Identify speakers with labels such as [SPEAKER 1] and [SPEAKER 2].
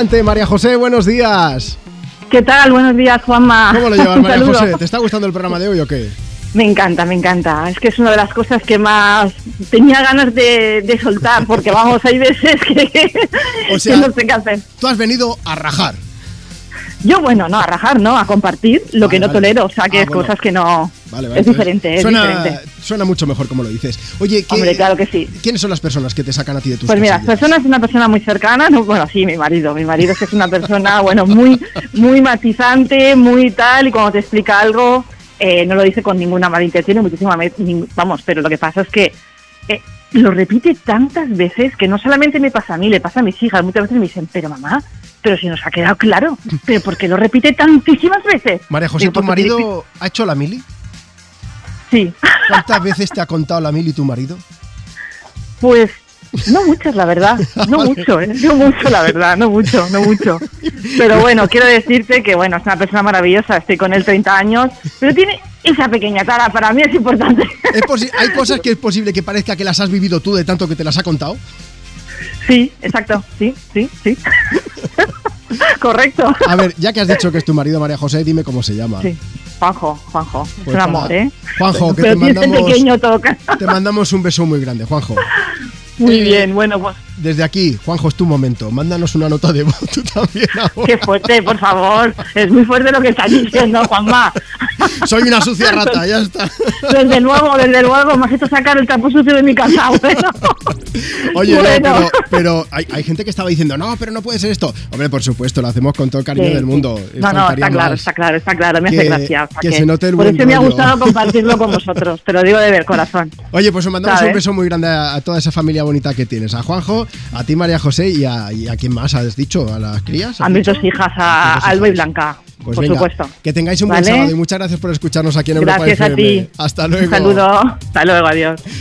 [SPEAKER 1] Adelante, María José, buenos días.
[SPEAKER 2] ¿Qué tal? Buenos días, Juanma.
[SPEAKER 1] ¿Cómo lo llevas,
[SPEAKER 2] Un
[SPEAKER 1] María
[SPEAKER 2] saludo.
[SPEAKER 1] José? ¿Te está gustando el programa de hoy o qué?
[SPEAKER 2] Me encanta, me encanta. Es que es una de las cosas que más tenía ganas de, de soltar, porque vamos, hay veces que,
[SPEAKER 1] O sea-
[SPEAKER 2] que no sé qué hacer.
[SPEAKER 1] Tú has venido a rajar.
[SPEAKER 2] Yo, bueno, no, a rajar, no, a compartir lo
[SPEAKER 1] Vale,
[SPEAKER 2] que no
[SPEAKER 1] vale.
[SPEAKER 2] tolero, o sea, que
[SPEAKER 1] Ah,
[SPEAKER 2] es
[SPEAKER 1] bueno.
[SPEAKER 2] cosas que no...
[SPEAKER 1] Vale, vale.
[SPEAKER 2] es diferente, es
[SPEAKER 1] suena,
[SPEAKER 2] diferente.
[SPEAKER 1] Suena mucho mejor como lo dices. Oye, ¿qué-
[SPEAKER 2] Hombre, claro que sí.
[SPEAKER 1] ¿quiénes son las personas que te sacan a ti de tus
[SPEAKER 2] Pues mira,
[SPEAKER 1] casillas?
[SPEAKER 2] persona es una persona muy cercana, no, bueno, sí, mi marido, mi marido es que es una persona, bueno, muy, muy matizante, muy tal, y cuando te explica algo, eh, no lo dice con ninguna mala intención, ni muchísima, me- ni- vamos, pero lo que pasa es que eh, lo repite tantas veces que no solamente me pasa a mí, le pasa a mis hijas, muchas veces me dicen, pero mamá, pero si nos ha quedado claro, pero ¿por qué lo repite tantísimas veces?
[SPEAKER 1] María José,
[SPEAKER 2] Digo,
[SPEAKER 1] ¿tu
[SPEAKER 2] porque
[SPEAKER 1] marido
[SPEAKER 2] dice-
[SPEAKER 1] ha hecho la mili?
[SPEAKER 2] Sí,
[SPEAKER 1] ¿Cuántas veces te ha contado la mili tu marido?
[SPEAKER 2] pues... No muchas, la verdad. No
[SPEAKER 1] Vale.
[SPEAKER 2] mucho, ¿eh? no mucho, la verdad. No mucho, no mucho. Pero bueno, quiero decirte que bueno, es una persona maravillosa, estoy con él 30 años, pero tiene esa pequeña tara, para mí es importante.
[SPEAKER 1] ¿Es posi- ¿Hay cosas que es posible que parezca que las has vivido tú de tanto que te las ha contado?
[SPEAKER 2] Sí, exacto, sí, sí, sí. Correcto.
[SPEAKER 1] A ver, ya que has dicho que es tu marido, María José, dime cómo se llama.
[SPEAKER 2] Sí. Juanjo, Juanjo, es
[SPEAKER 1] Ah. Pues
[SPEAKER 2] un
[SPEAKER 1] nada.
[SPEAKER 2] amor, ¿eh?
[SPEAKER 1] Juanjo, que
[SPEAKER 2] pero
[SPEAKER 1] te
[SPEAKER 2] tiene
[SPEAKER 1] mandamos,
[SPEAKER 2] pequeño toca.
[SPEAKER 1] te mandamos un beso muy grande, Juanjo.
[SPEAKER 2] Muy
[SPEAKER 1] Eh,
[SPEAKER 2] bien, bueno, pues
[SPEAKER 1] Desde aquí, Juanjo, es tu momento. Mándanos una nota de voz tú también ahora.
[SPEAKER 2] qué fuerte, por favor. Es muy fuerte lo que estás diciendo, Juanma.
[SPEAKER 1] Soy una sucia rata, ya está.
[SPEAKER 2] Desde luego, desde luego, me has hecho sacar el trapo sucio de mi casa, bueno.
[SPEAKER 1] Oye, no,
[SPEAKER 2] Bueno.
[SPEAKER 1] pero, pero hay, hay gente que estaba diciendo, no, pero no puede ser esto. Hombre, por supuesto, lo hacemos con todo el cariño
[SPEAKER 2] Sí,
[SPEAKER 1] del
[SPEAKER 2] sí.
[SPEAKER 1] mundo. Eh,
[SPEAKER 2] No, no,
[SPEAKER 1] Faltaría
[SPEAKER 2] está claro,
[SPEAKER 1] más.
[SPEAKER 2] está claro, está claro, me
[SPEAKER 1] Que-
[SPEAKER 2] hace gracia. o sea
[SPEAKER 1] que se note el
[SPEAKER 2] por
[SPEAKER 1] buen
[SPEAKER 2] eso me ha
[SPEAKER 1] rollo.
[SPEAKER 2] gustado compartirlo con vosotros, te lo digo de ver, corazón.
[SPEAKER 1] Oye, pues os mandamos
[SPEAKER 2] ¿Sabes?
[SPEAKER 1] un beso muy grande a, a toda esa familia bonita que tienes. A Juanjo, a ti, María José, y a, y a quién más has dicho, a las crías.
[SPEAKER 2] A
[SPEAKER 1] ¿Has
[SPEAKER 2] mis
[SPEAKER 1] dicho?
[SPEAKER 2] dos hijas,
[SPEAKER 1] A
[SPEAKER 2] a
[SPEAKER 1] tus dos
[SPEAKER 2] Alba y
[SPEAKER 1] hijas.
[SPEAKER 2] Blanca,
[SPEAKER 1] Pues
[SPEAKER 2] por
[SPEAKER 1] venga,
[SPEAKER 2] supuesto.
[SPEAKER 1] que tengáis un buen
[SPEAKER 2] ¿Vale?
[SPEAKER 1] sábado y muchas gracias por escucharnos aquí en Europa
[SPEAKER 2] Gracias a
[SPEAKER 1] FM.
[SPEAKER 2] ti.
[SPEAKER 1] Hasta luego.
[SPEAKER 2] Un saludo, hasta luego, adiós.